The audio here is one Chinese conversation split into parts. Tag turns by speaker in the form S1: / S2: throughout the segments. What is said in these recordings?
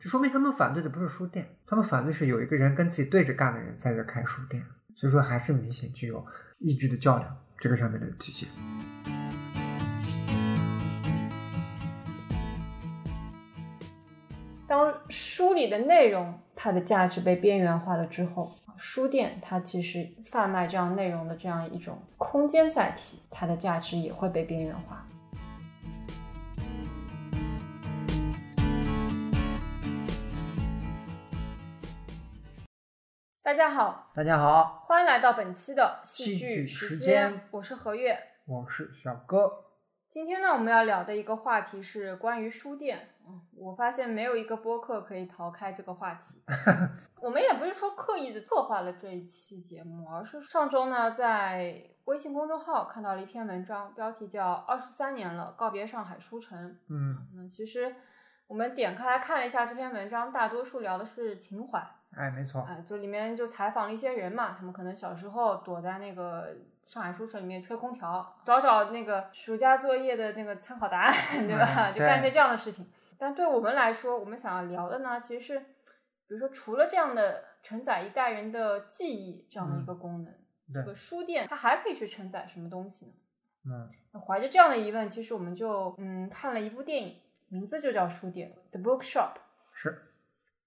S1: 说明他们反对的不是书店，他们反对是有一个人跟自己对着干的人在这开书店，所以说还是明显具有意志的较量这个上面的体现。
S2: 当书里的内容它的价值被边缘化了之后，书店它其实贩卖这样内容的这样一种空间载体，它的价值也会被边缘化。大家好，
S1: 大家好，
S2: 欢迎来到本期的
S1: 戏剧
S2: 剧
S1: 时
S2: 时
S1: 间
S2: 我是何月。
S1: 我是小哥。
S2: 今天呢，我们要聊的一个话题是关于书店。嗯，我发现没有一个播客可以逃开这个话题。我们也不是说刻意的策划了这一期节目，而是上周呢，在微信公众号看到了一篇文章，标题叫《二十三年了，告别上海书城》。
S1: 嗯，
S2: 嗯，其实我们点开来看了一下这篇文章，大多数聊的是情怀。
S1: 哎，没错，
S2: 哎，就里面就采访了一些人嘛，他们可能小时候躲在那个上海书城里面吹空调，找找那个暑假作业的那个参考答案， 对吧？
S1: 嗯
S2: 就干
S1: 对
S2: 些这样的事情。但对我们来说，我们想要聊的呢，其实是，比如说除了这样的承载一代人的记忆这样的一个功能，
S1: 嗯对
S2: 这个书店它还可以去承载什么东西呢？
S1: 嗯，
S2: 那怀着这样的疑问，其实我们就嗯看了一部电影，名字就叫《书店》（The Bookshop）。
S1: 是，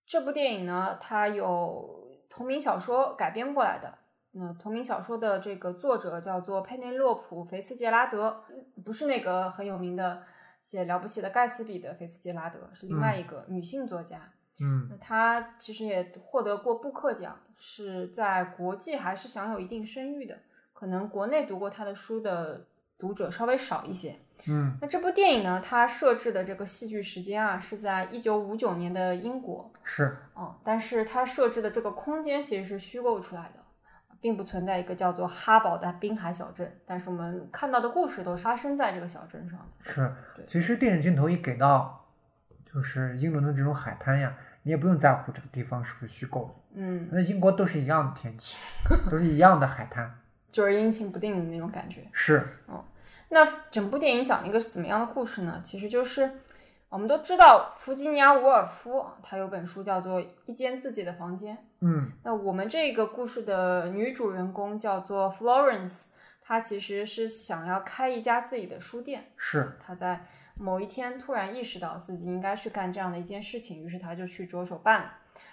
S2: 这部电影呢，它有同名小说改编过来的。那同名小说的这个作者叫做佩内洛普·菲茨杰拉德，嗯不是那个很有名的写《了不起的盖茨比》的菲茨杰拉德，是另外一个女性作家。那
S1: 嗯
S2: 她其实也获得过布克奖，是在国际还是享有一定声誉的。可能国内读过她的书的读者稍微少一些。
S1: 嗯，
S2: 那这部电影呢，它设置的这个戏剧时间啊，是在一九五九年的英国。
S1: 是，
S2: 哦，但是它设置的这个空间其实是虚构出来的，并不存在一个叫做哈堡的滨海小镇。但是我们看到的故事都是发生在这个小镇上的。
S1: 是，
S2: 对
S1: 其实电影镜头一给到，就是英伦的这种海滩呀，你也不用在乎这个地方是不是虚构的，
S2: 嗯
S1: 反，正英国都是一样的天气， 都是一样的海滩。
S2: 就是阴晴不定的那种感觉。
S1: 是，
S2: 那整部电影讲了一个怎么样的故事呢？其实就是我们都知道，弗吉尼亚·伍尔夫他有本书叫做《一间自己的房间》。
S1: 嗯
S2: 那我们这个故事的女主人公叫做 Florence，她其实是想要开一家自己的书店。
S1: 是，
S2: 她在某一天突然意识到自己应该去干这样的一件事情，于是她就去着手办了。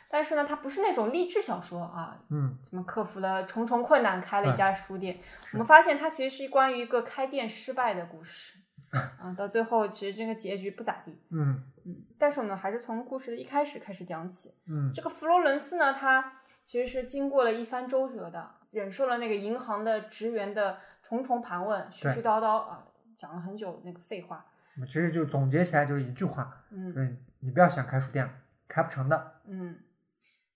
S2: 但是呢，它不是那种励志小说啊，
S1: 嗯
S2: 什么克服了重重困难开了一家书店。
S1: 是
S2: 我们发现它其实是关于一个开店失败的故事啊，到最后其实这个结局不咋地。
S1: 嗯
S2: 嗯，但是我们还是从故事的一开始开始讲起。
S1: 嗯
S2: 这个佛罗伦斯呢，他其实是经过了一番周折的，忍受了那个银行的职员的重重盘问，絮絮叨叨啊，讲了很久那个废话。
S1: 我其实就总结起来就是一句话，就
S2: 嗯
S1: 是你不要想开书店了，开不成的。
S2: 嗯。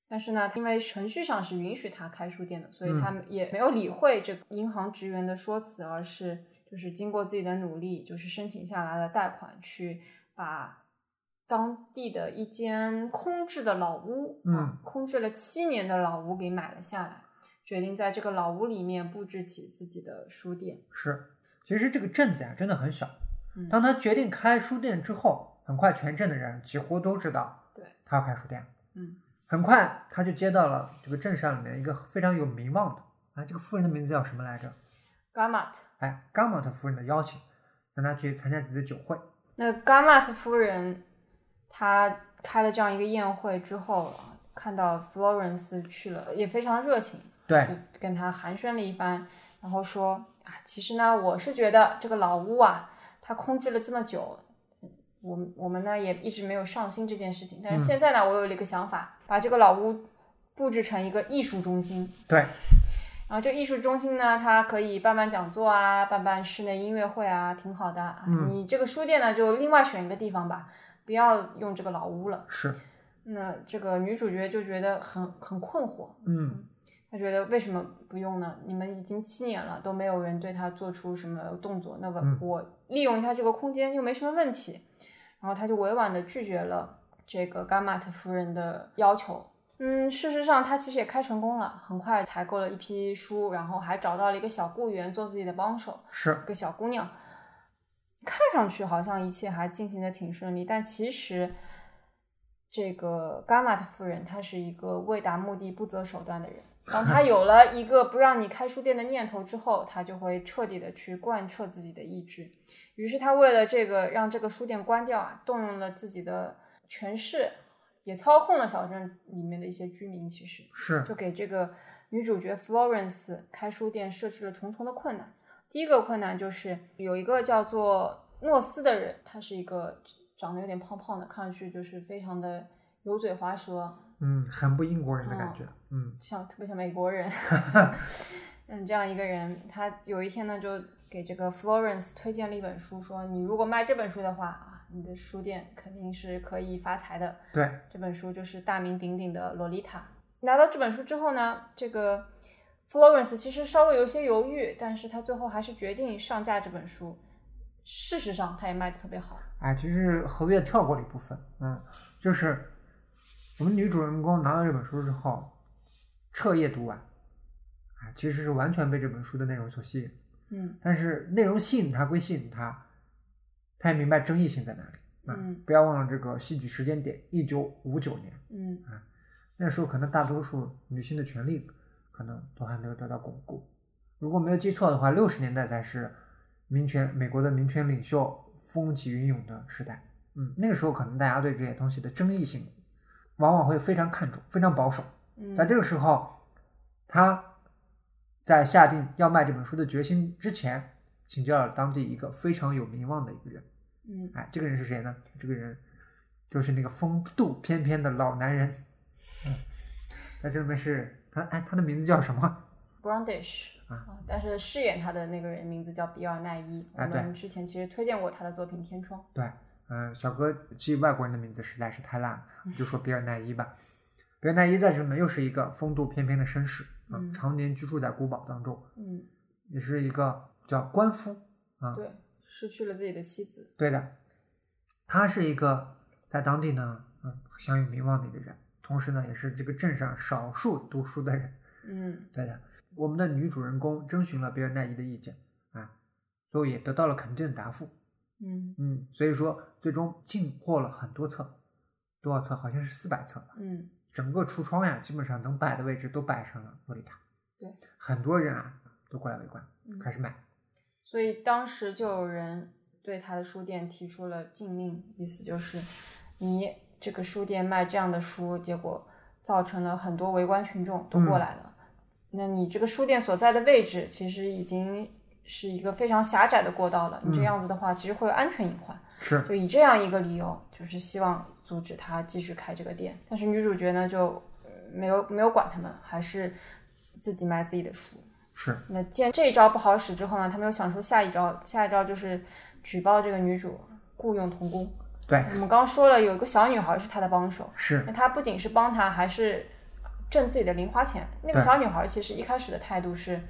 S2: 但是呢，因为程序上是允许他开书店的，所
S1: 嗯
S2: 以他们也没有理会这个银行职员的说辞，而是就是经过自己的努力，就是申请下来的贷款，去把当地的一间空置的老屋，
S1: 嗯
S2: 啊，空置了七年的老屋给买了下来，决定在这个老屋里面布置起自己的书店。
S1: 是，其实这个镇子呀真的很小。
S2: 嗯，
S1: 当他决定开书店之后，很快全镇的人几乎都知道，
S2: 对，
S1: 他要开书店。
S2: 嗯，
S1: 很快他就接到了这个镇上里面一个非常有名望的，啊，这个夫人的名字叫什么来着？
S2: Gamat，
S1: 哎，伽马特夫人的邀请，让他去参加几次酒会。
S2: 那 Gamat 夫人，她开了这样一个宴会之后，啊看到 Florence 去了，也非常热情，就
S1: 对，
S2: 跟他寒暄了一番，然后说啊，其实呢，我是觉得这个老屋啊，它空置了这么久，我们我们呢也一直没有上心这件事情。但
S1: 嗯
S2: 是现在呢，我有了一个想法，把这个老屋布置成一个艺术中心。
S1: 对，
S2: 然后啊这个艺术中心呢，它可以办办讲座啊，办办室内音乐会啊，挺好的啊。
S1: 嗯
S2: 你这个书店呢，就另外选一个地方吧，不要用这个老屋了。
S1: 是，
S2: 那这个女主角就觉得很很困惑，
S1: 嗯
S2: 他觉得为什么不用呢？你们已经七年了，都没有人对他做出什么动作，那么
S1: 嗯
S2: 我利用一下这个空间又没什么问题。然后他就委婉的拒绝了这个伽马特夫人的要求。嗯，事实上他其实也开成功了，很快采购了一批书，然后还找到了一个小雇员做自己的帮手，
S1: 是，
S2: 一个小姑娘。看上去好像一切还进行的挺顺利，但其实这个伽马特夫人，她是一个为达目的不择手段的人。当她有了一个不让你开书店的念头之后，她就会彻底的去贯彻自己的意志。于是她为了这个让这个书店关掉啊，动用了自己的权势，也操控了小镇里面的一些居民。其实
S1: 是
S2: 就给这个女主角 Florence 开书店设置了重重的困难。第一个困难就是有一个叫做诺斯的人，他是一个长得有点胖胖的，看上去就是非常的油嘴滑舌，
S1: 嗯，很不英国人的感觉，
S2: 哦
S1: 嗯
S2: 像特别像美国人。嗯，这样一个人，他有一天呢就给这个 Florence 推荐了一本书，说你如果卖这本书的话啊，你的书店肯定是可以发财的。
S1: 对，
S2: 这本书就是大名鼎鼎的《洛丽塔》。拿到这本书之后呢，这个 Florence 其实稍微有一些犹豫，但是他最后还是决定上架这本书。事实上，他也卖的特别好。
S1: 哎，其实何月跳过了一部分，嗯，就是我们女主人公拿到这本书之后，彻夜读完，啊，其实是完全被这本书的内容所吸引，
S2: 嗯
S1: 但是内容吸引她归吸引她，她也明白争议性在哪里。
S2: 嗯
S1: 不要忘了这个戏剧时间点，一九五九年，
S2: 嗯
S1: 那时候可能大多数女性的权利可能都还没有得到巩固。如果没有记错的话，六十年代才是民权美国的民权领袖风起云涌的时代。嗯，那个时候可能大家对这些东西的争议性往往会非常看重，非常保守。
S2: 嗯，
S1: 在这个时候，他在下定要卖这本书的决心之前，请教了当地一个非常有名望的一个人。
S2: 嗯
S1: 哎，这个人是谁呢？这个人就是那个风度翩翩的老男人。嗯，在这里面是他，哎，他的名字叫什么？
S2: Brandish
S1: 啊
S2: 啊，但是饰演他的那个人名字叫比尔奈伊。我
S1: 啊对
S2: 们之前其实推荐过他的作品《天窗》。
S1: 对，嗯、小哥记外国人的名字实在是太烂了，就说比尔奈伊吧。比尔奈伊在这里面又是一个风度翩翩的绅士，
S2: 嗯
S1: 嗯，常年居住在古堡当中，
S2: 嗯，
S1: 也是一个叫官夫啊，
S2: 对，失去了自己的妻子。
S1: 对的，他是一个在当地呢，嗯，享有名望的一个人，同时呢，也是这个镇上少数读书的人。
S2: 嗯
S1: 对的，我们的女主人公征询了比尔奈伊的意见啊，所以也得到了肯定的答复。
S2: 嗯
S1: 嗯，所以说最终进货了很多册，多少册？好像是四百册吧。
S2: 嗯
S1: 整个橱窗呀，基本上能摆的位置都摆上了洛丽塔。
S2: 对，
S1: 很多人啊都过来围观，
S2: 嗯，
S1: 开始买。
S2: 所以当时就有人对他的书店提出了禁令，意思就是你这个书店卖这样的书，结果造成了很多围观群众都过来了。那你这个书店所在的位置，其实已经是一个非常狭窄的过道了。你
S1: 嗯
S2: 这样子的话，其实会有安全隐患。
S1: 是，
S2: 就以这样一个理由，就是希望阻止他继续开这个店。但是女主角呢，就呃没有没有管他们，还是自己卖自己的书。
S1: 是，
S2: 那既然这一招不好使之后呢，他们又想出下一招，下一招就是举报这个女主雇佣童工。
S1: 对，
S2: 我们刚刚说了，有一个小女孩是她的帮手，
S1: 是
S2: 那她不仅是帮她，还是挣自己的零花钱。那个
S1: 对
S2: 小女孩其实一开始的态度是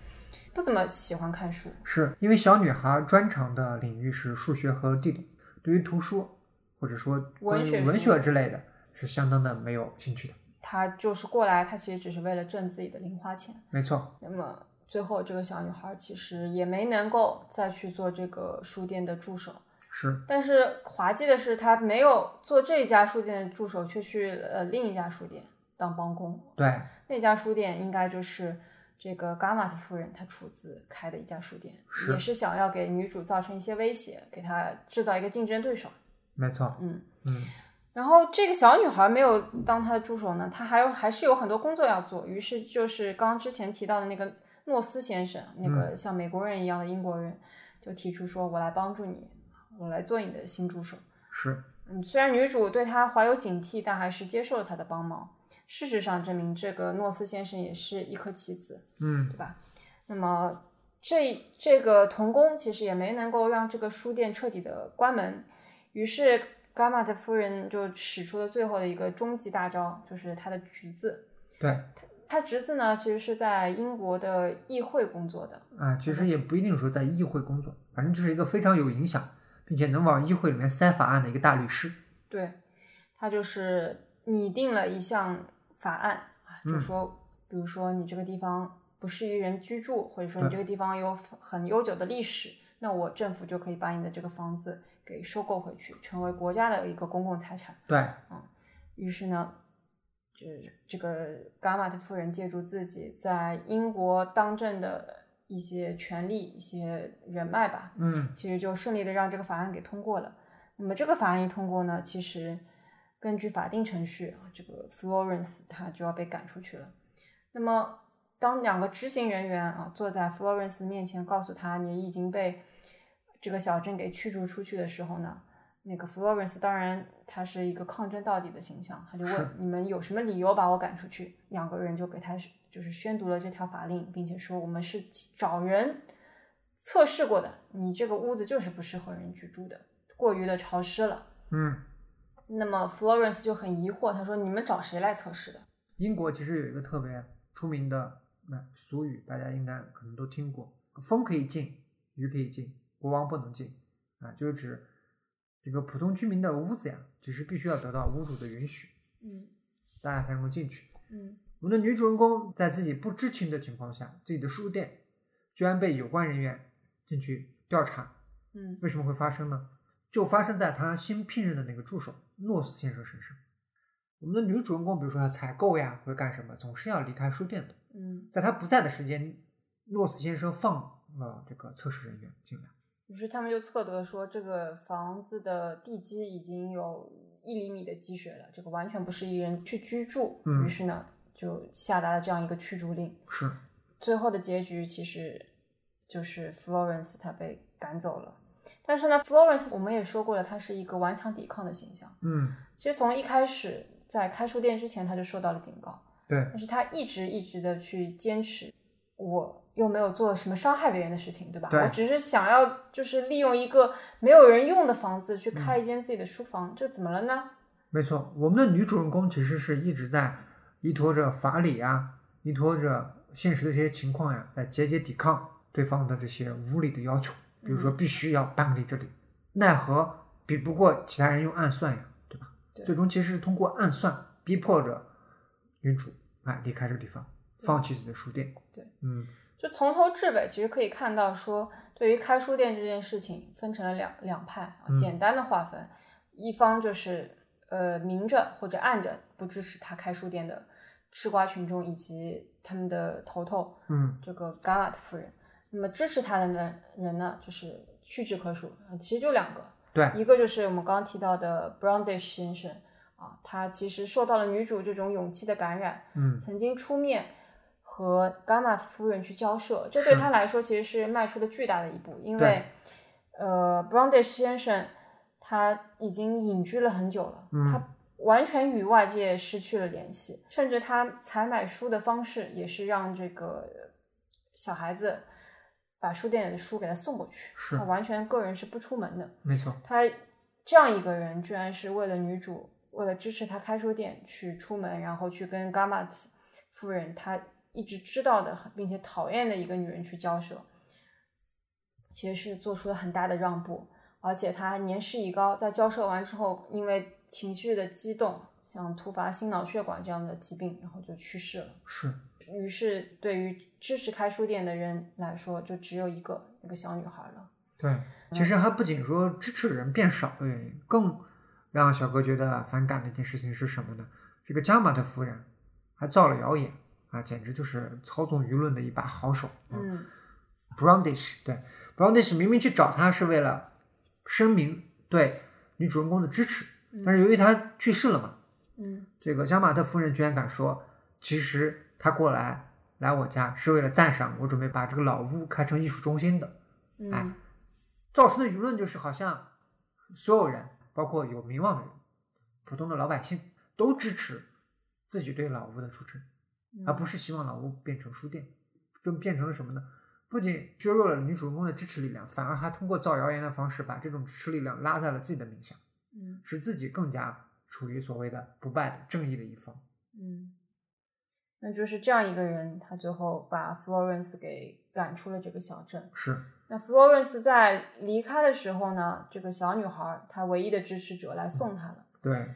S2: 不怎么喜欢看书，
S1: 是，因为小女孩专长的领域是数学和地理，对于图书或者说关
S2: 文
S1: 于
S2: 学
S1: 文
S2: 书
S1: 学之类的，是相当的没有兴趣的。
S2: 她就是过来，她其实只是为了挣自己的零花钱。
S1: 没错，
S2: 那么最后，这个小女孩其实也没能够再去做这个书店的助手。
S1: 是
S2: 但是滑稽的是，她没有做这一家书店的助手，却去呃另一家书店当帮工。
S1: 对，
S2: 那家书店应该就是这个伽马特夫人她出资开的一家书店，
S1: 是
S2: 也是想要给女主造成一些威胁，给她制造一个竞争对手。
S1: 没错，
S2: 嗯，
S1: 嗯，
S2: 然后这个小女孩没有当她的助手呢，她还有还是有很多工作要做，于是就是刚刚之前提到的那个诺斯先生，那个像美国人一样的英国人，就提出说：“我来帮助你，我来做你的新助手。”
S1: 是
S2: 嗯，虽然女主对他怀有警惕，但还是接受了他的帮忙。事实上证明，这个诺斯先生也是一颗棋子，
S1: 嗯
S2: 对吧？那么这这个童工其实也没能够让这个书店彻底的关门，于是伽马特夫人就使出了最后的一个终极大招，就是她的侄子。
S1: 对
S2: 她侄子呢，其实是在英国的议会工作的，
S1: 啊，其实也不一定说在议会工作，反正就是一个非常有影响，并且能往议会里面塞法案的一个大律师。
S2: 对，他就是拟定了一项法案，啊就
S1: 嗯
S2: 说，比如说你这个地方不适宜人居住，或者说你
S1: 对
S2: 这个地方有很悠久的历史，那我政府就可以把你的这个房子给收购回去，成为国家的一个公共财产。
S1: 对，
S2: 于是呢，就是这个伽马特夫人借助自己在英国当政的一些权利、一些人脉吧，
S1: 嗯
S2: 其实就顺利的让这个法案给通过了。那么这个法案一通过呢，其实根据法定程序啊，这个 Florence 他就要被赶出去了。那么当两个执行人员啊坐在 Florence 面前，告诉他你已经被这个小镇给驱逐出去的时候呢，那个 Florence 当然他是一个抗争到底的形象，他就是问你们有什么理由把我赶出去？两个人就给他就是宣读了这条法令，并且说我们是找人测试过的，你这个屋子就是不适合人居住的，过于的潮湿了。
S1: 嗯，
S2: 那么 Florence 就很疑惑，他说你们找谁来测试的？
S1: 英国其实有一个特别出名的那、俗语，大家应该可能都听过：风可以进，雨可以进，国王不能进。啊，就是指这个普通居民的屋子呀，只是必须要得到屋主的允许，
S2: 嗯
S1: 大家才能够进去。
S2: 嗯
S1: 我们的女主人公在自己不知情的情况下，自己的书店居然被有关人员进去调查，
S2: 嗯
S1: 为什么会发生呢？就发生在她新聘任的那个助手诺斯先生身上。我们的女主人公，比如说要采购呀，或者干什么，总是要离开书店的。
S2: 嗯。
S1: 在她不在的时间，诺斯先生放了这个测试人员进来。
S2: 于是他们就测得说，这个房子的地基已经有一厘米的积水了，这个完全不适宜人去居住。
S1: 嗯
S2: 于是呢，就下达了这样一个驱逐令。
S1: 是，
S2: 最后的结局其实就是 Florence 她被赶走了。但是呢，Florence 我们也说过了，她是一个顽强抵抗的形象。
S1: 嗯，
S2: 其实从一开始在开书店之前，她就受到了警告，
S1: 对
S2: 但是她一直一直的去坚持，我又没有做什么伤害别人的事情，对吧？
S1: 对
S2: 我只是想要就是利用一个没有人用的房子去
S1: 嗯
S2: 开一间自己的书房，这怎么了呢？
S1: 没错，我们的女主人公其实是一直在依托着法理啊，依托着现实的这些情况呀、在节节抵抗对方的这些无理的要求，比如说
S2: 嗯
S1: 必须要搬离这里，奈何比不过其他人用暗算呀，对吧？
S2: 对
S1: 最终其实是通过暗算逼迫着女主哎离开这个地方，放弃自己的书店。
S2: 对，
S1: 嗯，
S2: 就从头至尾，其实可以看到说，对于开书店这件事情，分成了两两派啊
S1: 嗯，
S2: 简单的划分，一方就是呃明着或者暗着不支持他开书店的吃瓜群众以及他们的头头
S1: 嗯，
S2: 这个 g a l a t 夫人，那么支持他的人人呢，就是屈指可数啊，其实就两个，
S1: 对，
S2: 一个就是我们刚刚提到的 Brandish 先生啊，他其实受到了女主这种勇气的感染，
S1: 嗯，
S2: 曾经出面和伽马特夫人去交涉，这对
S1: 是
S2: 他来说其实是迈出了巨大的一步，因
S1: 对
S2: 为呃，Brandish 先生他已经隐居了很久了，
S1: 嗯
S2: 他完全与外界失去了联系，甚至他采买书的方式也是让这个小孩子把书店里的书给他送过去，
S1: 是
S2: 他完全个人是不出门的。
S1: 没错，
S2: 他这样一个人，居然是为了女主，为了支持她开书店去出门，然后去跟伽马特夫人，她一直知道的并且讨厌的一个女人去交涉，其实是做出了很大的让步。而且他年事已高，在交涉完之后，因为情绪的激动，像突发心脑血管这样的疾病，然后就去世了。
S1: 是，
S2: 于是，对于支持开书店的人来说，就只有一个那个小女孩了。
S1: 对，其实还不仅说支持的人变少的原因，更让小哥觉得反感的一件事情是什么呢？这个加马特夫人还造了谣言啊，简直就是操纵舆论的一把好手。
S2: 嗯
S1: b r o w n d i s h 对 b r o w n d i s h 明明去找他是为了声明对女主人公的支持，但是由于他去世了嘛，
S2: 嗯
S1: 这个加马特夫人居然敢说，其实他过来来我家是为了赞赏我准备把这个老屋开成艺术中心的。
S2: 嗯。
S1: 哎造成的舆论就是好像所有人，包括有名望的人、普通的老百姓，都支持自己对老屋的出征，
S2: 嗯
S1: 而啊不是希望老屋变成书店，就变成了什么呢？不仅削弱了女主人公的支持力量，反而还通过造谣言的方式把这种支持力量拉在了自己的名下，
S2: 嗯
S1: 使自己更加处于所谓的不败的正义的一方。
S2: 嗯，那就是这样一个人，他最后把 Florence 给赶出了这个小镇。
S1: 是，
S2: 那 Florence 在离开的时候呢，这个小女孩她唯一的支持者来送她了，
S1: 对，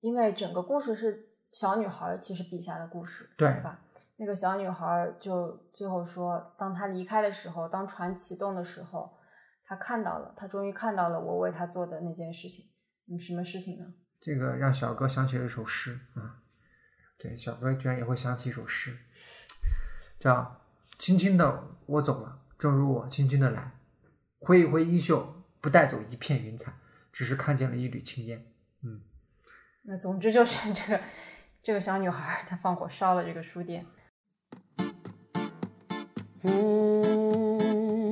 S2: 因为整个故事是小女孩其实笔下的故事，
S1: 对
S2: 吧？那个小女孩就最后说，当她离开的时候，当船启动的时候，她看到了，她终于看到了我为她做的那件事情。嗯，什么事情呢？
S1: 这个让小哥想起了一首诗啊、嗯，对，小哥居然也会想起一首诗，叫“轻轻的我走了，正如我轻轻的来，挥一挥衣袖，不带走一片云彩，只是看见了一缕青烟。”嗯，
S2: 那总之就是 这个这个小女孩她放火烧了这个书店。
S3: Oh,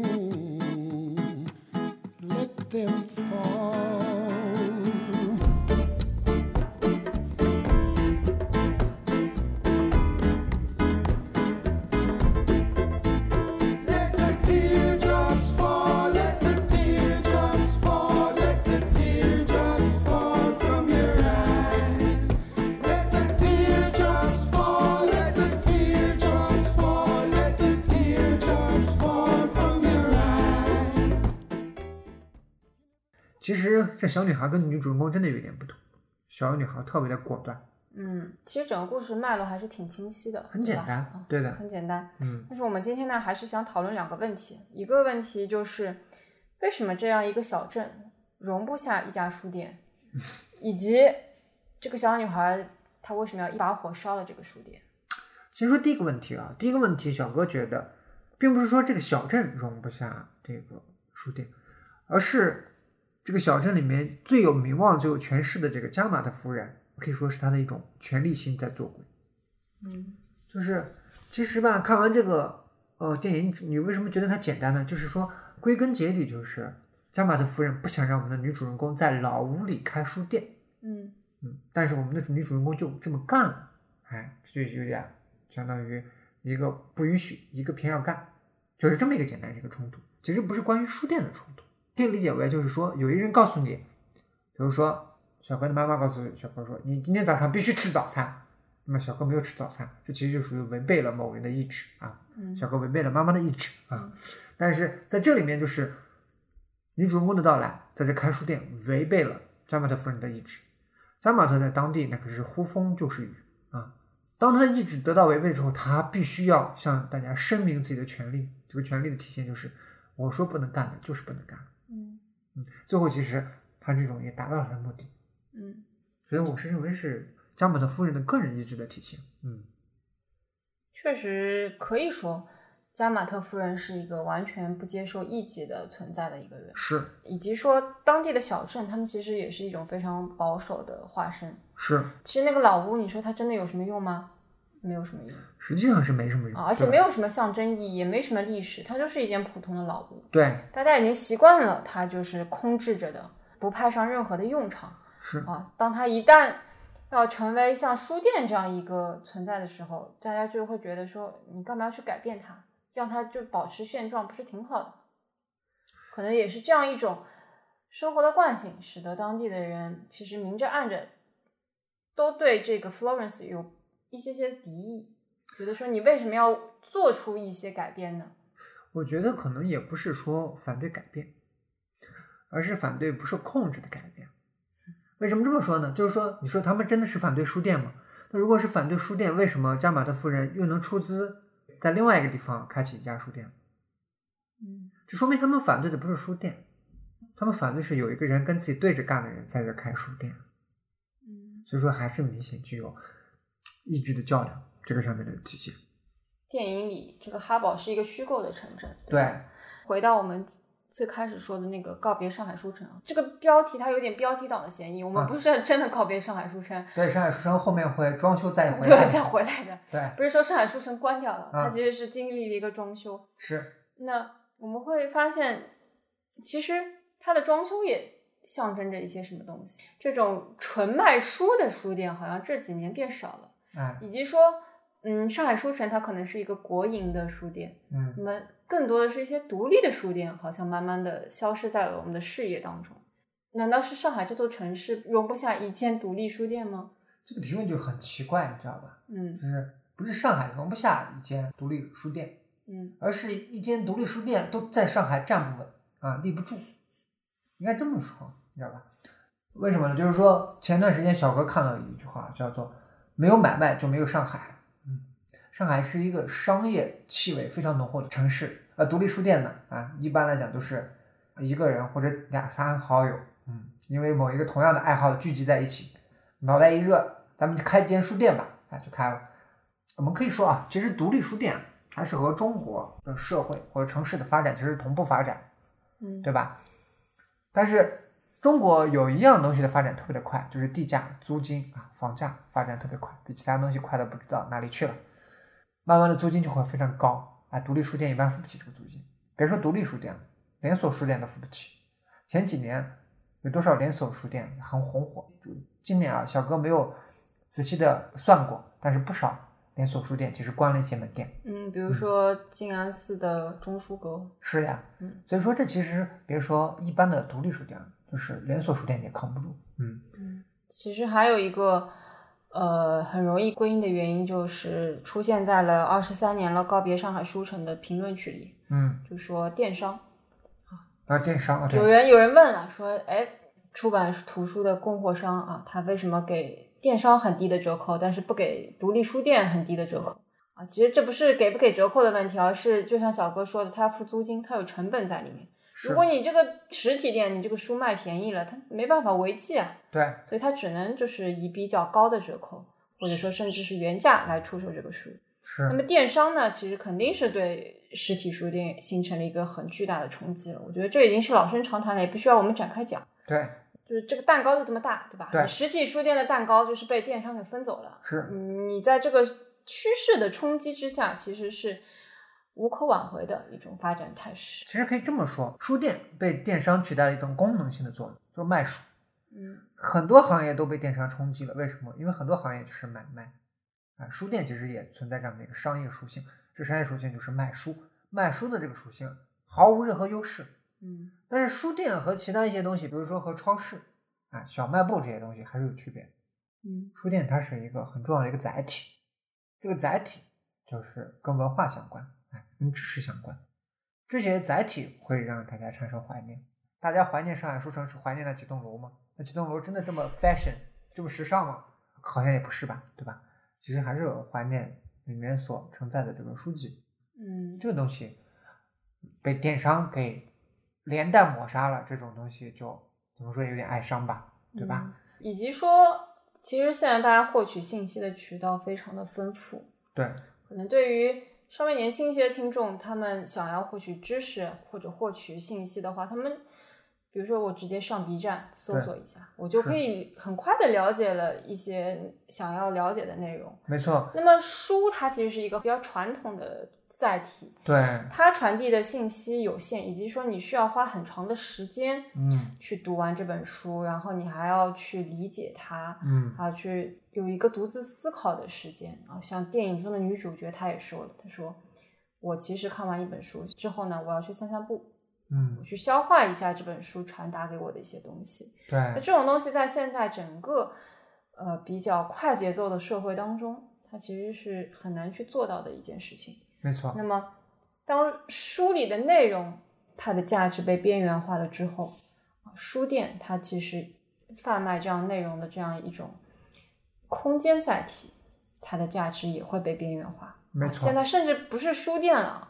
S3: Mm. let them fall. Let the teardrops fall. Let the teardrops fall. Let the teardrops fall from your eyes. Let the teardrops fall. Let the teardrops fall. Let the teardrops fall from your eyes.
S1: 其实这小女孩跟女主人公真的有点不同，小女孩特别的果断，
S2: 嗯，其实整个故事脉络还是挺清晰的，
S1: 很
S2: 对
S1: 简
S2: 吧
S1: 单
S2: 啊
S1: 对的
S2: 很简单。
S1: 嗯，
S2: 但是我们今天呢，还是想讨论两个问题。一个问题就是，为什么这样一个小镇容不下一家 书店，以及这个小女孩她为什么要一把火烧了这个书店？
S1: 先说第一个问题啊，第一个问题，小哥觉得，并不是说这个小镇容不下这个书店，而是这个小镇里面最有名望、最有权势的这个加玛的夫人，可以说是他的一种权力心在作鬼。
S2: 嗯
S1: 就是其实吧，看完这个呃电影，你为什么觉得它简单呢？就是说，归根结底就是加玛的夫人不想让我们的女主人公在老屋里开书店。
S2: 嗯
S1: 嗯，但是我们的女主人公就这么干了，哎，这就有点相当于一个不允许，一个偏要干，就是这么一个简单的一个冲突。其实不是关于书店的冲突，可以理解为就是说，有一人告诉你，比如说小哥的妈妈告诉小哥说，你今天早上必须吃早餐，那么小哥没有吃早餐，这其实就属于违背了某人的意志啊。
S2: 嗯
S1: 小哥违背了妈妈的意志啊
S2: 嗯。
S1: 但是在这里面，就是女主人公的到来，在这开书店违背了加马特夫人的意志。加马特在当地那可是呼风就是雨啊。当他的意志得到违背之后，他必须要向大家声明自己的权利。这个权利的体现就是，我说不能干的，就是不能干。
S2: 嗯
S1: 嗯，最后其实他这种也达到了他的目的。
S2: 嗯，
S1: 所以我是认为是加马特夫人的个人意志的体现。嗯，
S2: 确实可以说，加玛特夫人是一个完全不接受异己的存在的一个人，
S1: 是
S2: 以及说当地的小镇，他们其实也是一种非常保守的化身。
S1: 是，
S2: 其实那个老屋，你说它真的有什么用吗？没有什么用。
S1: 实际上是没什么用，
S2: 啊，而且
S1: 对
S2: 没有什么象征意义，也没什么历史，它就是一间普通的老屋，
S1: 对
S2: 大家已经习惯了它就是空置着的，不派上任何的用场
S1: 是
S2: 啊。当它一旦要成为像书店这样一个存在的时候，大家就会觉得说，你干嘛要去改变它，让它就保持现状，不是挺好的？可能也是这样一种生活的惯性，使得当地的人其实明着暗着都对这个 Florence 有一些些敌意，觉得说你为什么要做出一些改变呢？
S1: 我觉得可能也不是说反对改变，而是反对不受控制的改变。为什么这么说呢？就是说，你说他们真的是反对书店吗？那如果是反对书店，为什么加马特夫人又能出资在另外一个地方开启一家书店？
S2: 嗯
S1: 这说明他们反对的不是书店，他们反对是有一个人跟自己对着干的人在这开书店，
S2: 嗯，
S1: 所以说还是明显具有意志的较量这个上面的体现。
S2: 电影里这个哈堡是一个虚构的城镇，吧
S1: 对，
S2: 回到我们最开始说的那个告别上海书城啊，这个标题它有点标题党的嫌疑，我们
S1: 啊
S2: 不是真的告别上海书城，
S1: 对，上海书城后面会装修再回
S2: 对
S1: 来，，
S2: 再回来的，
S1: 对，
S2: 不是说上海书城关掉了，它
S1: 啊
S2: 其实是经历了一个装修。
S1: 是
S2: 那我们会发现，其实它的装修也象征着一些什么东西。这种纯卖书的书店好像这几年变少了，
S1: 哎，
S2: 以及说，嗯，上海书城它可能是一个国营的书店，
S1: 嗯
S2: 那么更多的是一些独立的书店，好像慢慢的消失在了我们的视野当中。难道是上海这座城市容不下一间独立书店吗？
S1: 这个提问就很奇怪，你知道吧？
S2: 嗯
S1: 就是不是上海容不下一间独立书店，
S2: 嗯
S1: 而是一间独立书店都在上海站不稳啊，立不住，应该这么说，你知道吧？为什么呢？就是说前段时间小哥看到一句话，叫做“没有买卖就没有上海”。嗯，上海是一个商业气味非常浓厚的城市，呃，独立书店呢，啊，一般来讲都是一个人或者两三好友，嗯，因为某一个同样的爱好聚集在一起，脑袋一热，咱们就开间书店吧，哎，就开了。我们可以说啊，其实独立书店它是和中国的社会或者城市的发展其实是同步发展的，
S2: 嗯，
S1: 对吧？但是中国有一样东西的发展特别的快，就是地价、租金啊、房价发展特别快，比其他东西快的不知道哪里去了。慢慢的租金就会非常高啊，独立书店一般付不起这个租金，别说独立书店了，连锁书店都付不起。前几年有多少连锁书店很红火？就今年啊，小哥没有仔细的算过，但是不少连锁书店其实关了一些门店。
S2: 嗯，比如说静安寺的钟书阁，
S1: 是呀，
S2: 嗯，
S1: 所以说这其实别说一般的独立书店了，就是连锁书店也扛不住。嗯，
S2: 其实还有一个呃很容易归因的原因，就是出现在了二十三年了告别上海书城的评论区里，
S1: 嗯，
S2: 就说电商。
S1: 然后电商啊，
S2: 有
S1: 对，
S2: 人有人问了，说，哎，出版图书的供货商啊，他为什么给电商很低的折扣，但是不给独立书店很低的折扣啊？其实这不是给不给折扣的问题，而是就像小哥说的，他要付租金，他有成本在里面。
S1: 是
S2: 如，果你这个实体店，你这个书卖便宜了，他没办法维系啊，
S1: 对，
S2: 所以他只能就是以比较高的折扣，或者说甚至是原价来出售这个书。那
S1: 是，
S2: 么电商呢，其实肯定是对实体书店形成了一个很巨大的冲击了。我觉得这已经是老生常谈了，也不需要我们展开讲。
S1: 对，
S2: 就是这个蛋糕就这么大，对吧？
S1: 对
S2: 你实体书店的蛋糕就是被电商给分走了。
S1: 是，
S2: 嗯，你在这个趋势的冲击之下，其实是无可挽回的一种发展态势。
S1: 其实可以这么说，书店被电商取代了一种功能性的作用，就是卖书。
S2: 嗯
S1: 很多行业都被电商冲击了，为什么？因为很多行业就是买卖，啊，书店其实也存在这样的一个商业属性，这商业属性就是卖书，卖书的这个属性毫无任何优势，
S2: 嗯
S1: 但是书店和其他一些东西，比如说和超市啊、小卖部这些东西还是有区别。
S2: 嗯
S1: 书店它是一个很重要的一个载体，这个载体就是跟文化相关，哎，跟知识相关。这些载体会让大家产生怀念。大家怀念上海书城是怀念那几栋楼吗？那几栋楼真的这么 fashion 这么时尚吗？好像也不是吧，对吧？其实还是怀念里面所承载的这个书籍。
S2: 嗯，
S1: 这个东西被电商给连带抹杀了，这种东西就怎么说有点哀伤吧，对吧？
S2: 嗯？以及说，其实现在大家获取信息的渠道非常的丰富。
S1: 对，
S2: 可能对于稍微年轻一些的听众，他们想要获取知识或者获取信息的话，他们比如说我直接上 B 站搜索一下，我就可以很快的了解了一些想要了解的内容。
S1: 没错，
S2: 那么书它其实是一个比较传统的载体，
S1: 对，
S2: 它传递的信息有限，以及说你需要花很长的时间
S1: 嗯
S2: 去读完这本书，然后你还要去理解它，
S1: 嗯，
S2: 啊，去有一个独自思考的时间啊。像电影中的女主角，她也说了，她说：“我其实看完一本书之后呢，我要去散散步，我
S1: 嗯，
S2: 去消化一下这本书传达给我的一些东西。”那
S1: 对，
S2: 这种东西在现在整个呃比较快节奏的社会当中，它其实是很难去做到的一件事情。
S1: 没错
S2: 那，么，当书里的内容它的价值被边缘化了之后，啊书店它其实贩卖这样内容的这样一种空间载体，它的价值也会被边缘化。
S1: 没
S2: 啊
S1: 错
S2: 现在甚至不是书店了啊，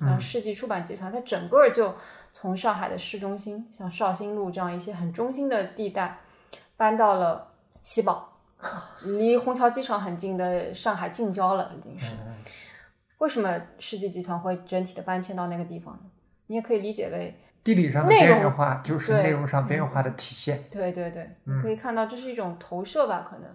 S2: 像
S1: 嗯
S2: 世纪出版集团，它整个就从上海的市中心，像绍兴路这样一些很中心的地带，搬到了七宝， 离虹桥机场很近的上海近郊了，已经是。
S1: 嗯，
S2: 为什么世纪集团会整体的搬迁到那个地方呢？你也可以理解为，
S1: 地理上的
S2: 内
S1: 边
S2: 容
S1: 缘化就是
S2: 对嗯
S1: 内容上边缘化的体现，
S2: 对对对，
S1: 嗯
S2: 你可以看到这是一种投射吧，可能，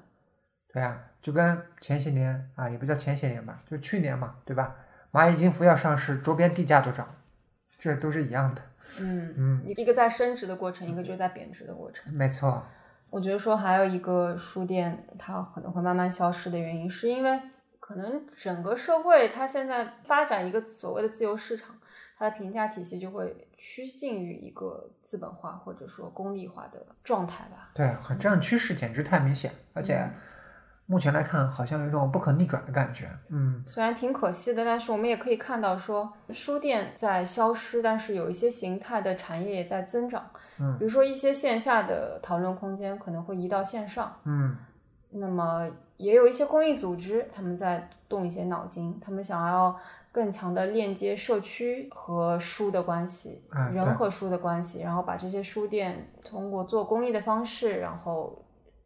S1: 对啊，就跟前些年啊，也不叫前些年吧，就去年嘛，对吧？蚂蚁金服要上市，周边地价都涨，这都是一样的，
S2: 嗯，
S1: 嗯，
S2: 一个在升值的过程，一个就在贬值的过程。
S1: 没错，
S2: 我觉得说还有一个书店它可能会慢慢消失的原因，是因为可能整个社会它现在发展一个所谓的自由市场，它的评价体系就会趋近于一个资本化或者说功利化的状态吧。
S1: 对，很这样趋势简直太明显，而且
S2: 嗯
S1: 目前来看，好像有一种不可逆转的感觉。嗯，
S2: 虽然挺可惜的，但是我们也可以看到说，书店在消失，但是有一些形态的产业也在增长。
S1: 嗯
S2: 比如说一些线下的讨论空间可能会移到线上，
S1: 嗯，
S2: 那么也有一些公益组织，他们在动一些脑筋，他们想要更强的链接社区和书的关系，
S1: 哎对
S2: 人和书的关系，然后把这些书店通过做公益的方式，然后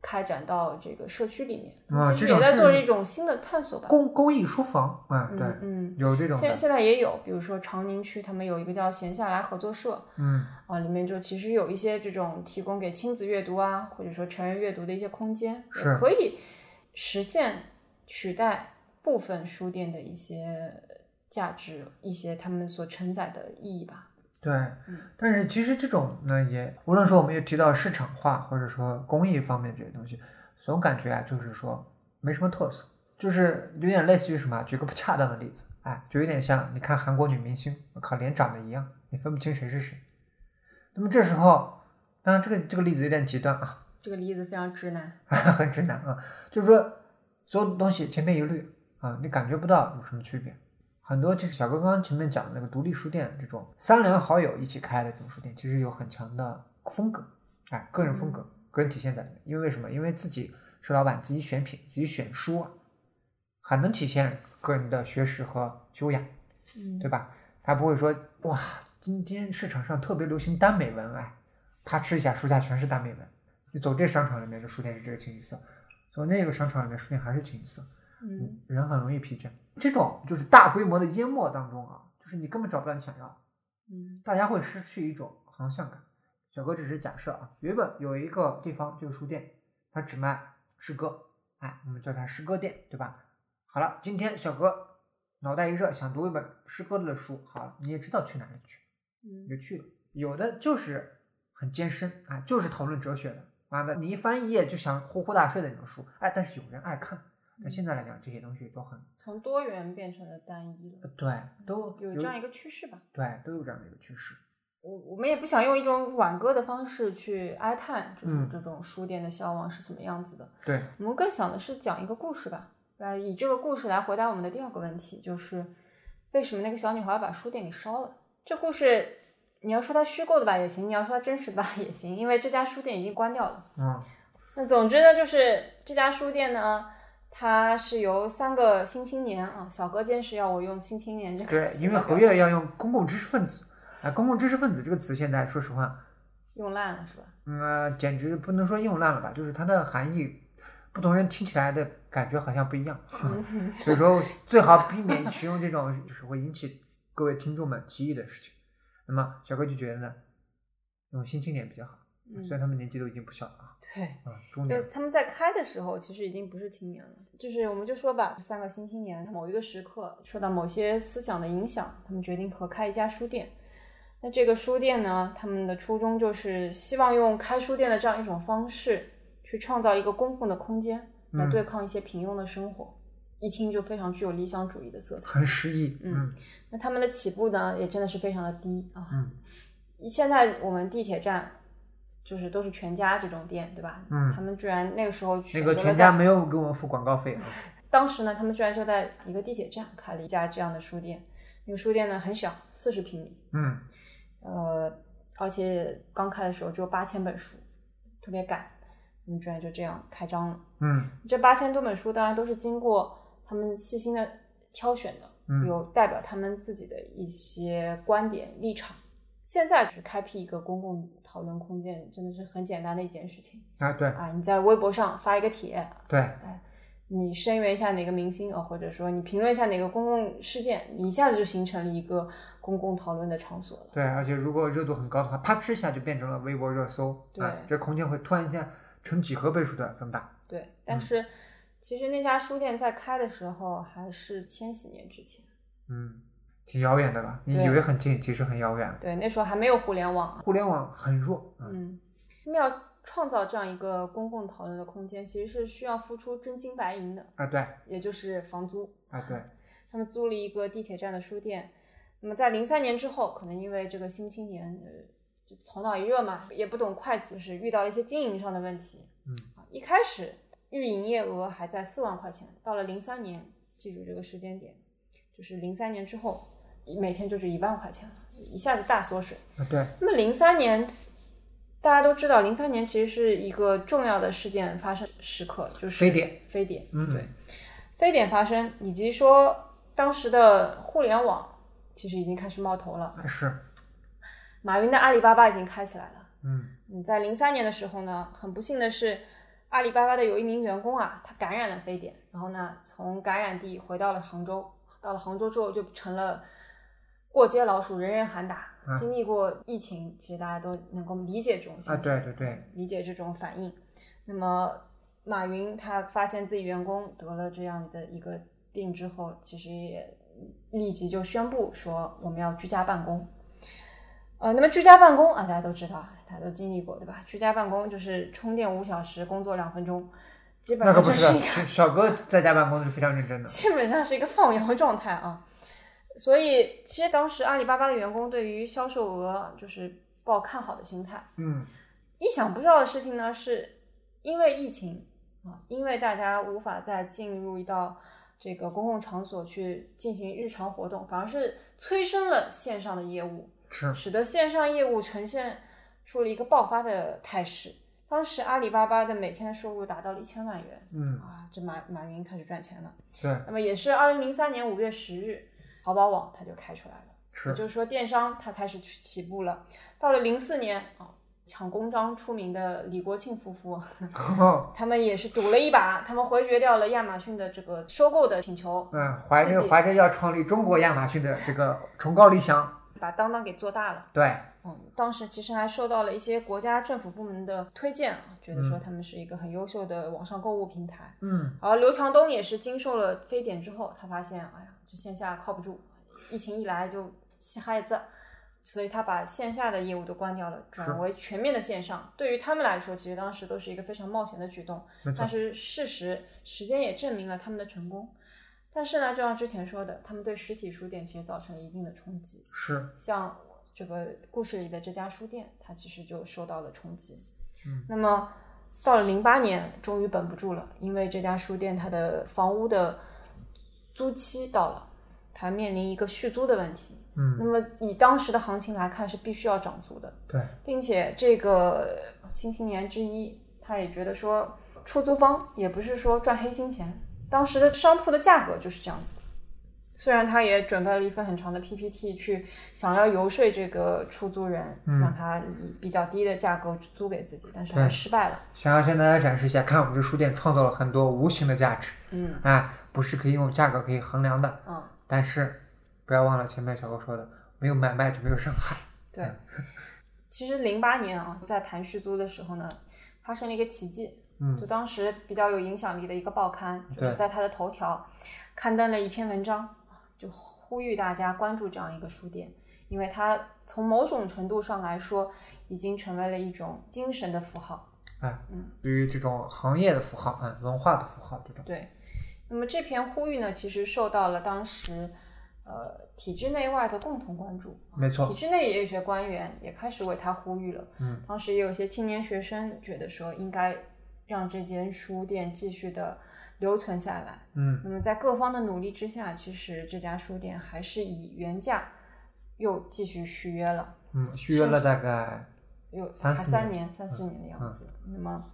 S2: 开展到这个社区里面，
S1: 啊
S2: 其
S1: 这
S2: 实也
S1: 种
S2: 在做
S1: 是
S2: 这种新的探索吧。
S1: 公公益书房啊，对，
S2: 嗯嗯，
S1: 有这种
S2: 现
S1: 的，
S2: 现在也有，比如说长宁区他们有一个叫闲下来合作社，
S1: 嗯
S2: 啊，里面就其实有一些这种提供给亲子阅读啊，或者说成人阅读的一些空间，也
S1: 是
S2: 可以实现取代部分书店的一些价值，一些他们所承载的意义吧。
S1: 对。但是其实这种呢，也无论说我们也提到市场化，或者说公益方面这些东西，总感觉啊，就是说没什么特色，就是有点类似于什么啊，举个不恰当的例子，哎，就有点像你看韩国女明星，我靠，脸长得一样，你分不清谁是谁。那么这时候，当然这个这个例子有点极端啊，
S2: 这个例子非常直男，
S1: 很直男啊，就是说所有的东西千篇一律啊，你感觉不到有什么区别。很多就是小哥刚刚前面讲的那个独立书店，这种三两好友一起开的这种书店，其实有很强的风格，哎，个人风格、个人体现在里面。因为为什么？因为自己是老板，自己选品，自己选书啊，很能体现个人的学识和修养。
S2: 嗯
S1: 对吧？他不会说哇，今天市场上特别流行耽美文，哎，啪吃一下，书架全是耽美文。你走这商场里面，这书店是这个清一色；走那个商场里面，书店还是清一色。
S2: 嗯，
S1: 人很容易疲倦。这种就是大规模的淹没当中啊，就是你根本找不到你想要的，
S2: 嗯
S1: 大家会失去一种航向感。小哥只是假设啊，原本有一个地方就是书店，它只卖诗歌，哎，我们叫它诗歌店，对吧？好了，今天小哥脑袋一热，想读一本诗歌的书，好了，你也知道去哪里去，你
S2: 嗯
S1: 就去了。有的就是很艰深啊，就是讨论哲学的，妈的，你一翻一页就想呼呼大睡的那种书，哎，但是有人爱看。那
S2: 嗯
S1: 现在来讲，这些东西都很
S2: 从多元变成了单一了，
S1: 对，呃都
S2: 有这样一个趋势吧。
S1: 对，都有这样的一个趋势。
S2: 我我们也不想用一种挽歌的方式去哀叹，就是
S1: 嗯
S2: 这种书店的消亡是怎么样子的。
S1: 对，
S2: 我们更想的是讲一个故事吧，呃，以这个故事来回答我们的第二个问题，就是为什么那个小女孩把书店给烧了？这故事你要说它虚构的吧也行，你要说它真实的吧 也行，因为这家书店已经关掉了。
S1: 嗯
S2: 那总之呢，就是这家书店呢，它是由三个新青年啊，小哥坚持要我用新青年这个
S1: 对，
S2: 词
S1: 因为
S2: 来
S1: 何
S2: 表
S1: 月要用公共知识分子，啊、公共知识分子这个词现在说实话，
S2: 用烂了是吧？
S1: 嗯、呃简直不能说用烂了吧，就是它的含义，不同人听起来的感觉好像不一样，
S2: 嗯
S1: 所以说最好避免使用这种就是会引起各位听众们歧义的事情。那么小哥就觉得呢，用新青年比较好，虽然
S2: 嗯，
S1: 他们年纪都已经不小了啊，
S2: 对。
S1: 啊、中
S2: 就
S1: 年，
S2: 他们在开的时候，其实已经不是青年了。就是我们就说吧，三个新青年某一个时刻受到某些思想的影响，他们决定合开一家书店。那这个书店呢，他们的初衷就是希望用开书店的这样一种方式，去创造一个公共的空间，来
S1: 嗯
S2: 对抗一些平庸的生活。一听就非常具有理想主义的色彩。
S1: 很失意，
S2: 嗯
S1: 嗯
S2: 那他们的起步呢，也真的是非常的低啊。
S1: 嗯
S2: 现在我们地铁站就是都是全家这种店，对吧？
S1: 嗯
S2: 他们居然那个时候
S1: 那
S2: 选择
S1: 个
S2: 了
S1: 全
S2: 在
S1: 家没有给我们付广告费 啊，
S2: 当时呢，他们居然就在一个地铁站开了一家这样的书店。那个书店呢很小，四十平米，
S1: 嗯
S2: 呃，而且刚开的时候只有八千本书，特别赶。他们居然就这样开张了。
S1: 嗯
S2: 这八千多本书当然都是经过他们细心的挑选的，
S1: 嗯，
S2: 有代表他们自己的一些观点立场。现在去开辟一个公共讨论空间，真的是很简单的一件事情
S1: 啊对
S2: 啊！你在微博上发一个帖，
S1: 对，
S2: 你声援一下哪个明星啊，或者说你评论一下哪个公共事件，你一下子就形成了一个公共讨论的场所了。
S1: 对，而且如果热度很高的话，啪哧一下就变成了微博热搜，啊
S2: 对，
S1: 这空间会突然间成几何倍数的增大。
S2: 对，但是其实那家书店在开的时候还是千禧年之前，
S1: 嗯，挺遥远的吧？你
S2: 对
S1: 以为很近，其实很遥远。
S2: 对，那时候还没有互联网。
S1: 互联网很弱，嗯，
S2: 嗯，他们要创造这样一个公共讨论的空间，其实是需要付出真金白银的，
S1: 啊对，
S2: 也就是房租。
S1: 啊对，
S2: 他们租了一个地铁站的书店。那么在零三年之后，可能因为这个新青年呃就头脑一热嘛，也不懂会计，就是遇到了一些经营上的问题。
S1: 嗯
S2: 啊，一开始日营业额还在四万块钱，到了零三年，记住这个时间点，就是零三年之后，每天就是一万块钱了，一下子大缩水。
S1: 啊对，
S2: 那么零三年，大家都知道，零三年其实是一个重要的事件发生时刻，就是
S1: 非典，
S2: 非典，
S1: 嗯
S2: 对，非典发生，以及说当时的互联网其实已经开始冒头了，
S1: 啊是，
S2: 马云的阿里巴巴已经开起来了。
S1: 嗯
S2: 嗯，在零三年的时候呢，很不幸的是，阿里巴巴的有一名员工啊，他感染了非典，然后呢，从感染地回到了杭州。到了杭州之后，就成了过街老鼠，人人喊打。
S1: 啊
S2: 经历过疫情，其实大家都能够理解这种心
S1: 啊，
S2: 情，
S1: 对对对，
S2: 理解这种反应。那么，马云他发现自己员工得了这样的一个病之后，其实也立即就宣布说我们要居家办公。呃，那么居家办公啊，大家都知道，大家都经历过，对吧？居家办公就是充电五小时，工作两分钟，基本
S1: 那可
S2: 上
S1: 不啊
S2: 就是是
S1: 的，
S2: 一个
S1: 小小哥在家办公是非常认真的。
S2: 基本上是一个放羊状态啊。所以，其实当时阿里巴巴的员工对于销售额就是抱看好的心态。
S1: 嗯，
S2: 意想不到的事情呢，是因为疫情啊，因为大家无法再进入到这个公共场所去进行日常活动，反而是催生了线上的业务，
S1: 是
S2: 使得线上业务呈现出了一个爆发的态势。当时阿里巴巴的每天收入达到了一千万元
S1: 嗯，
S2: 啊，这马马云开始赚钱了。
S1: 对，
S2: 那么也是二零零三年五月十日，淘宝网它就开出来了，也
S1: 是
S2: 就是说电商它开始去起步了。到了零四年啊，抢公章出名的李国庆夫妇，
S1: 哦
S2: 他们也是赌了一把，他们回绝掉了亚马逊的这个收购的请求，
S1: 嗯，怀
S2: 自
S1: 着
S2: 己
S1: 怀着要创立中国亚马逊的这个崇高理想，
S2: 把当当给做大了。
S1: 对，
S2: 嗯，当时其实还受到了一些国家政府部门的推荐啊，觉得说
S1: 嗯
S2: 他们是一个很优秀的网上购物平台。
S1: 嗯，
S2: 然后刘强东也是经受了非典之后，他发现，哎呀，这线下靠不住，疫情一来就稀罕子，所以他把线下的业务都关掉了，转为全面的线上。对于他们来说，其实当时都是一个非常冒险的举动，
S1: 没错
S2: 但，是事实时间也证明了他们的成功。但是呢，就像之前说的，他们对实体书店其实造成了一定的冲击，
S1: 是，
S2: 像这个故事里的这家书店，它其实就受到了冲击。
S1: 嗯
S2: 那么到了零八年，终于绷不住了，因为这家书店它的房屋的租期到了，它面临一个续租的问题。那
S1: 嗯，
S2: 么以当时的行情来看，是必须要涨租的，
S1: 对，
S2: 并且这个新青年之一，他也觉得说，出租方也不是说赚黑心钱，当时的商铺的价格就是这样子的。虽然他也准备了一份很长的 PPT 去想要游说这个出租人，
S1: 嗯
S2: 让他以比较低的价格租给自己，但是
S1: 对
S2: 还失败了。
S1: 想要向大家展示一下，看我们这书店创造了很多无形的价值，
S2: 嗯
S1: 哎，不是可以用价格可以衡量的，
S2: 嗯，
S1: 但是不要忘了前面小哥说的，没有买卖就没有伤害，
S2: 对。 其实零八年啊，在谈续租的时候呢，发生了一个奇迹，就
S1: 嗯，
S2: 当时比较有影响力的一个报刊，就是
S1: 对
S2: 在它的头条刊登了一篇文章，啊就呼吁大家关注这样一个书店，因为它从某种程度上来说，已经成为了一种精神的符号。
S1: 对于这种行业的符号，嗯，文化的符号这种，
S2: 对，那么这篇呼吁呢，其实受到了当时呃体制内外的共同关注。
S1: 没
S2: 体
S1: 错，
S2: 制内也有一些官员也开始为他呼吁了。
S1: 嗯，
S2: 当时也有一些青年学生觉得说，应该让这间书店继续的留存下来。
S1: 嗯，
S2: 那么在各方的努力之下，其实这家书店还是以原价又继续续约了，
S1: 嗯，续约了大概，
S2: 有
S1: 三
S2: 还
S1: 四
S2: 三
S1: 年嗯
S2: 年、三四年的样子。那么，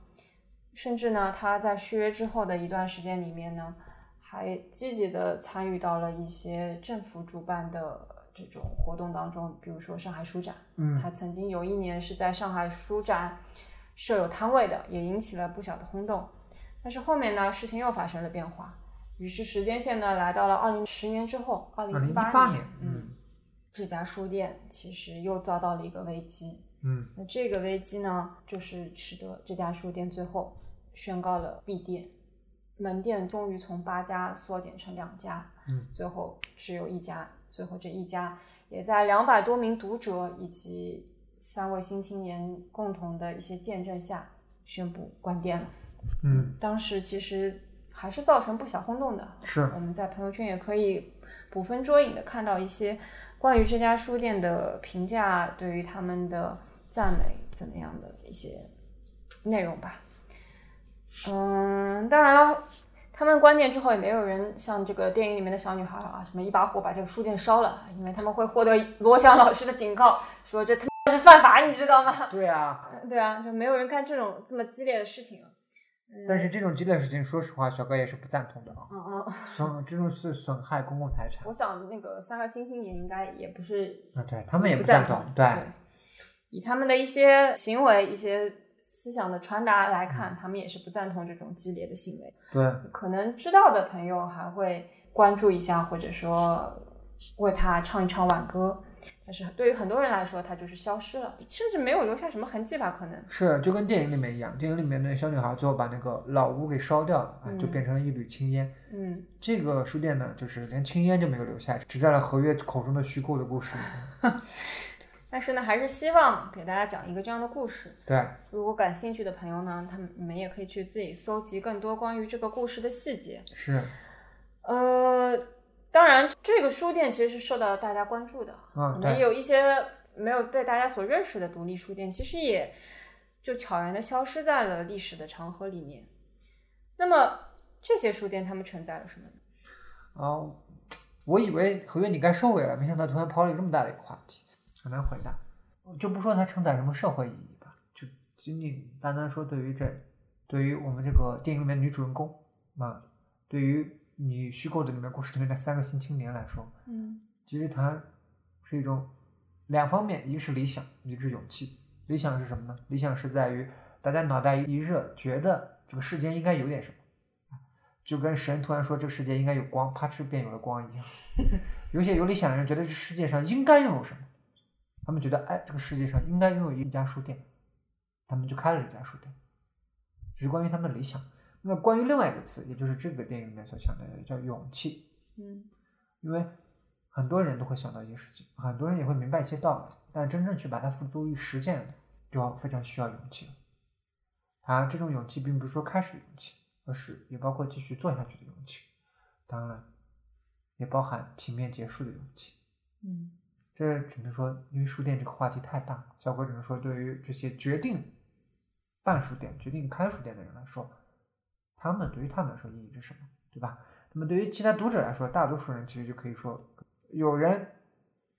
S2: 甚至呢，他在续约之后的一段时间里面呢，还积极的参与到了一些政府主办的这种活动当中，比如说上海书展。
S1: 嗯，
S2: 他曾经有一年是在上海书展设有摊位的，也引起了不小的轰动。但是后面呢，事情又发生了变化，于是时间线呢来到了二零十年之后，二
S1: 二
S2: 零
S1: 零
S2: 一
S1: 一
S2: 八
S1: 八
S2: 年
S1: 年，，
S2: 嗯，
S1: 嗯
S2: 这家书店其实又遭到了一个危机。
S1: 嗯，
S2: 那这个危机呢，就是使得这家书店最后宣告了闭店，门店终于从八家缩减成两家，
S1: 嗯，
S2: 最后只有一家，最后这一家也在两百多名读者以及三位新青年共同的一些见证下宣布关店了。
S1: 嗯，
S2: 当时其实还是造成不小轰动的，
S1: 是，
S2: 我们在朋友圈也可以捕风捉影的看到一些关于这家书店的评价，对于他们的赞美怎么样的一些内容吧。嗯，当然了，他们关店之后也没有人像这个电影里面的小女孩啊，什么一把火把这个书店烧了，因为他们会获得罗翔老师的警告，说这他妈是犯法，你知道吗？
S1: 对啊，
S2: 对啊，就没有人干这种这么激烈的事情了。嗯
S1: 但是这种激烈的事情，说实话，小哥也是不赞同的啊。
S2: 嗯嗯，
S1: 损这种是损害公共财产
S2: 我。想那个三个星星也应该也不是
S1: 啊，对他们也
S2: 不
S1: 不赞
S2: 同
S1: 同。对，
S2: 以他们的一些行为、一些思想的传达来
S1: 嗯
S2: 看，他们也是不赞同这种激烈的行为。
S1: 对，
S2: 可能知道的朋友还会关注一下，或者说为他唱一唱挽歌。但是对于很多人来说，他就是消失了，甚至没有留下什么痕迹吧？可能
S1: 是就跟电影里面一样，电影里面那小女孩最后把那个老屋给烧掉了啊，就
S2: 嗯
S1: 变成了一缕青烟。
S2: 嗯，
S1: 这个书店呢，就是连青烟就没有留下，只在了合约口中的虚构的故事里面。
S2: 但是呢，还是希望给大家讲一个这样的故事。
S1: 对，
S2: 如果感兴趣的朋友呢，他们你们也可以去自己搜集更多关于这个故事的细节。
S1: 是
S2: 呃，当然，这个书店其实是受到大家关注的，
S1: 啊
S2: 可，能
S1: 对，
S2: 有一些没有被大家所认识的独立书店，其实也就悄然的消失在了历史的长河里面。那么这些书店它们承载了什么呢？
S1: 啊，我以为合约你该收尾了，没想到突然抛了这么大的一个话题，很难回答。就不说它承载什么社会意义吧，就仅仅单单说对于这，对于我们这个电影里面女主人公啊，对于你虚构的里面故事里面的三个新青年来说，
S2: 嗯
S1: 其实它是一种两方面，一个是理想，一个是勇气。理想是什么呢？理想是在于大家脑袋一热，觉得这个世间应该有点什么，啊就跟神突然说这个世界应该有光，啪嗤便有了光一样。 有些有理想的人觉得这世界上应该拥有什么，他们觉得哎，这个世界上应该拥有一家书店，他们就开了一家书店，这是关于他们的理想。那么关于另外一个词，也就是这个电影里面所强调的叫勇气，
S2: 嗯
S1: 因为很多人都会想到一些事情，很多人也会明白一些道理，但真正去把它付诸于实践的，就要非常需要勇气了。啊，这种勇气并不是说开始的勇气，而是也包括继续做下去的勇气，当然也包含体面结束的勇气。
S2: 嗯
S1: 这只能说，因为书店这个话题太大，小哥只能说，对于这些决定办书店、决定开书店的人来说，他们对于他们来说意义是什么，对吧？那么对于其他读者来说，大多数人其实就可以说，有人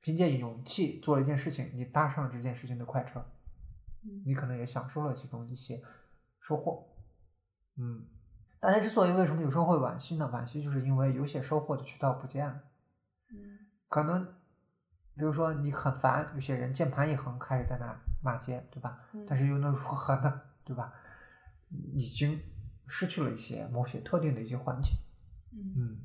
S1: 凭借勇气做了一件事情，你搭上了这件事情的快车，
S2: 嗯
S1: 你可能也享受了其中一些收获。嗯，大家之所以为什么有时候会惋惜呢？惋惜就是因为有些收获的渠道不见了。
S2: 嗯
S1: 可能比如说你很烦，有些人键盘一横开始在那骂街，对吧？
S2: 嗯
S1: 但是又能如何呢？对吧？已经失去了一些某些特定的一些环节。
S2: 嗯。
S1: 嗯，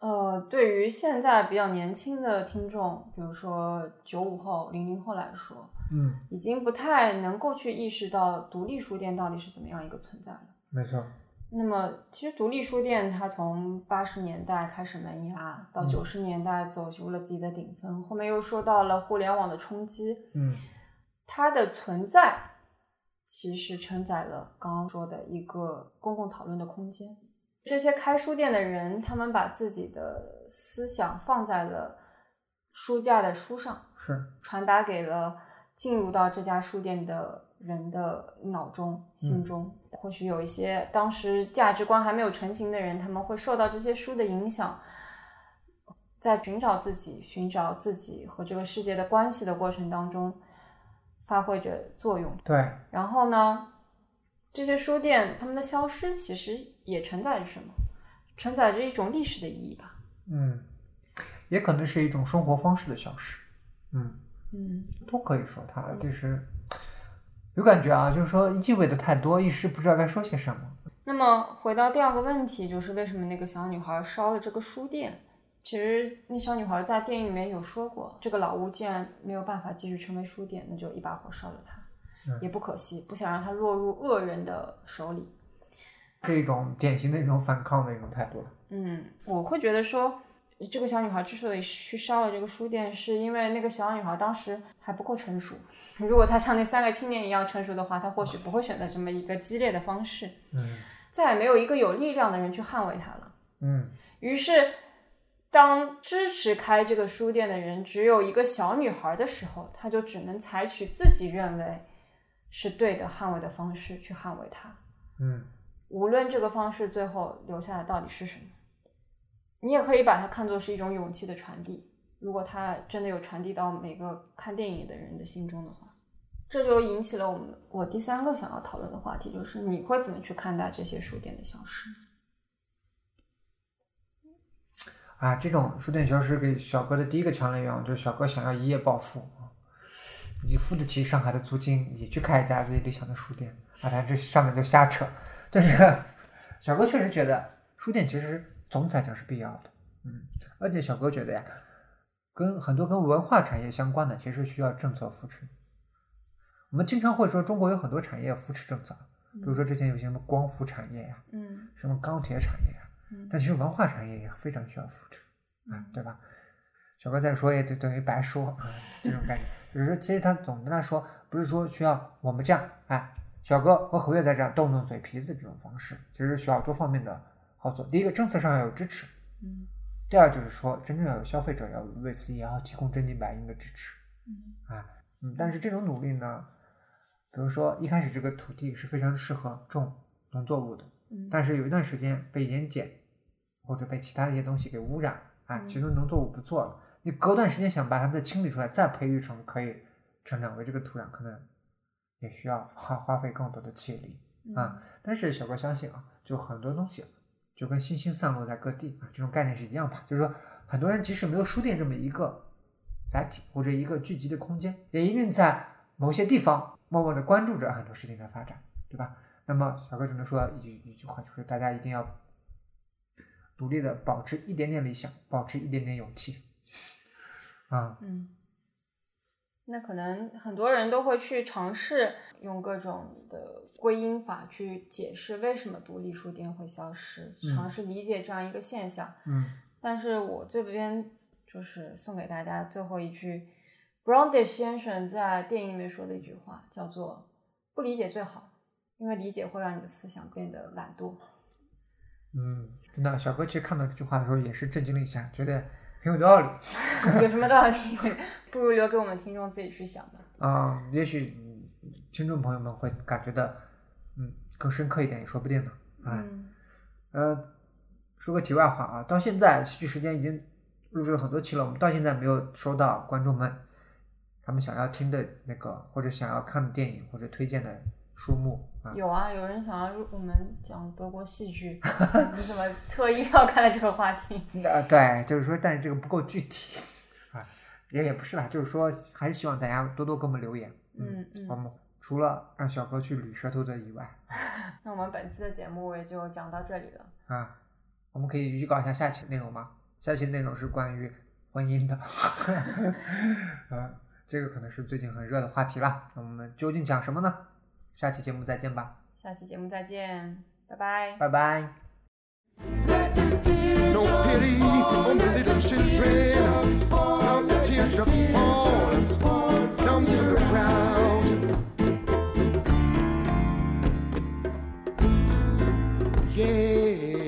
S2: 呃，对于现在比较年轻的听众，比如说九五后、零零后来说，
S1: 嗯，
S2: 已经不太能够去意识到独立书店到底是怎么样一个存在了。
S1: 没错。
S2: 那么，其实独立书店它从八十年代开始萌芽，到
S1: 嗯
S2: 九十年代走出了自己的顶峰，后面又受到了互联网的冲击，
S1: 嗯，
S2: 它的存在其实承载了刚刚说的一个公共讨论的空间。这些开书店的人，他们把自己的思想放在了书架的书上，
S1: 是，
S2: 传达给了进入到这家书店的人的脑中、心中。或许有一些当时价值观还没有成型的人，他们会受到这些书的影响，在寻找自己、寻找自己和这个世界的关系的过程当中，发挥着作用。
S1: 对，
S2: 然后呢，这些书店他们的消失，其实也承载着什么？承载着一种历史的意义吧。
S1: 嗯，也可能是一种生活方式的消失。嗯，
S2: 嗯
S1: 都可以说它就是有感觉啊，就是说意味的太多，一时不知道该说些什么。
S2: 那么回到第二个问题，就是为什么那个小女孩烧了这个书店？其实那小女孩在电影里面有说过，这个老屋既然没有办法继续成为书店，那就一把火烧了它，
S1: 嗯
S2: 也不可惜，不想让它落入恶人的手里。
S1: 是一种典型的一种反抗的一种态度了。
S2: 嗯，我会觉得说，这个小女孩之所以去烧了这个书店，是因为那个小女孩当时还不够成熟。 如果她像那三个青年一样成熟的话，她或许不会选择这么一个激烈的方式，
S1: 嗯
S2: 再也没有一个有力量的人去捍卫她了。
S1: 嗯，
S2: 于是，当支持开这个书店的人只有一个小女孩的时候，他就只能采取自己认为是对的捍卫的方式去捍卫它，
S1: 嗯，
S2: 无论这个方式最后留下的到底是什么。你也可以把它看作是一种勇气的传递，如果它真的有传递到每个看电影的人的心中的话，这就引起了我们我第三个想要讨论的话题，就是你会怎么去看待这些书店的消失？
S1: 啊，这种书店消失给小哥的第一个强烈愿望就是小哥想要一夜暴富啊，你付得起上海的租金，也去开一家自己理想的书店啊！咱这上面就瞎扯，但是小哥确实觉得书店其实总体来讲是必要的，嗯，而且小哥觉得呀，跟很多跟文化产业相关的，其实需要政策扶持。我们经常会说中国有很多产业扶持政策，比如说之前有些什么光伏产业呀、
S2: 嗯，
S1: 什么钢铁产业呀、啊
S2: 嗯
S1: 但其实文化产业也非常需要扶持，啊，对吧？小哥再说也等等于白说啊，这种感觉。就是说，其实他总的来说，不是说需要我们这样，哎，小哥和何月在这样动动嘴皮子这种方式，其实需要多方面的合作。第一个，政策上要有支持；
S2: 嗯
S1: 第二，就是说真正要有消费者要为此也要提供真金白银的支持。
S2: 嗯
S1: 嗯，但是这种努力呢，比如说一开始这个土地是非常适合种农作物的，
S2: 嗯，
S1: 但是有一段时间被盐碱或者被其他一些东西给污染，啊，
S2: 嗯
S1: 其中农作物不做了，你隔段时间想把它再清理出来，再培育成可以成长为这个土壤，可能也需要花花费更多的气力。
S2: 嗯
S1: 啊但是小哥相信啊，就很多东西就跟星星散落在各地啊，这种概念是一样吧？就是说，很多人即使没有书店这么一个载体或者一个聚集的空间，也一定在某些地方默默的关注着很多事情的发展，对吧？那么小哥只能说一句一句话，就是大家一定要努力的保持一点点理想，保持一点点勇气，啊、
S2: 嗯，那可能很多人都会去尝试用各种的归因法去解释为什么独立书店会消失，
S1: 嗯
S2: 尝试理解这样一个现象。
S1: 嗯
S2: 但是我这边就是送给大家最后一句 Brandish 先生在电影里面说的一句话，叫做“不理解最好”，因为理解会让你的思想变得懒惰。
S1: 嗯，真的，小哥其实看到这句话的时候也是震惊了一下，觉得很有道理。
S2: 有什么道理？ 不如留给我们听众自己去想吧。
S1: 啊、也许嗯听众朋友们会感觉到，嗯，更深刻一点也说不定呢。哎，
S2: 嗯
S1: 呃，说个题外话啊，到现在戏剧时间已经录制了很多期了，我们到现在没有收到观众们他们想要听的那个或者想要看的电影或者推荐的书目啊。
S2: 有啊，有人想要入我们讲德国戏剧， 你怎么特意要看了这个话题？
S1: 那呃对，就是说，但是这个不够具体啊，也也不是啦，就是说，还是希望大家多多给我们留言。
S2: 嗯
S1: 我
S2: 嗯，
S1: 们除了让小哥去捋舌头的以外，
S2: 那我们本期的节目也就讲到这里了。
S1: 啊，我们可以预告一下下期的内容吗？下期的内容是关于婚姻的， 啊，这个可能是最近很热的话题了。那我们究竟讲什么呢？下期节目再见吧，
S2: 下期节目再见，拜拜。
S1: 拜拜。
S3: No pity on the little children. How the teardrops fall down to the ground. Yeah.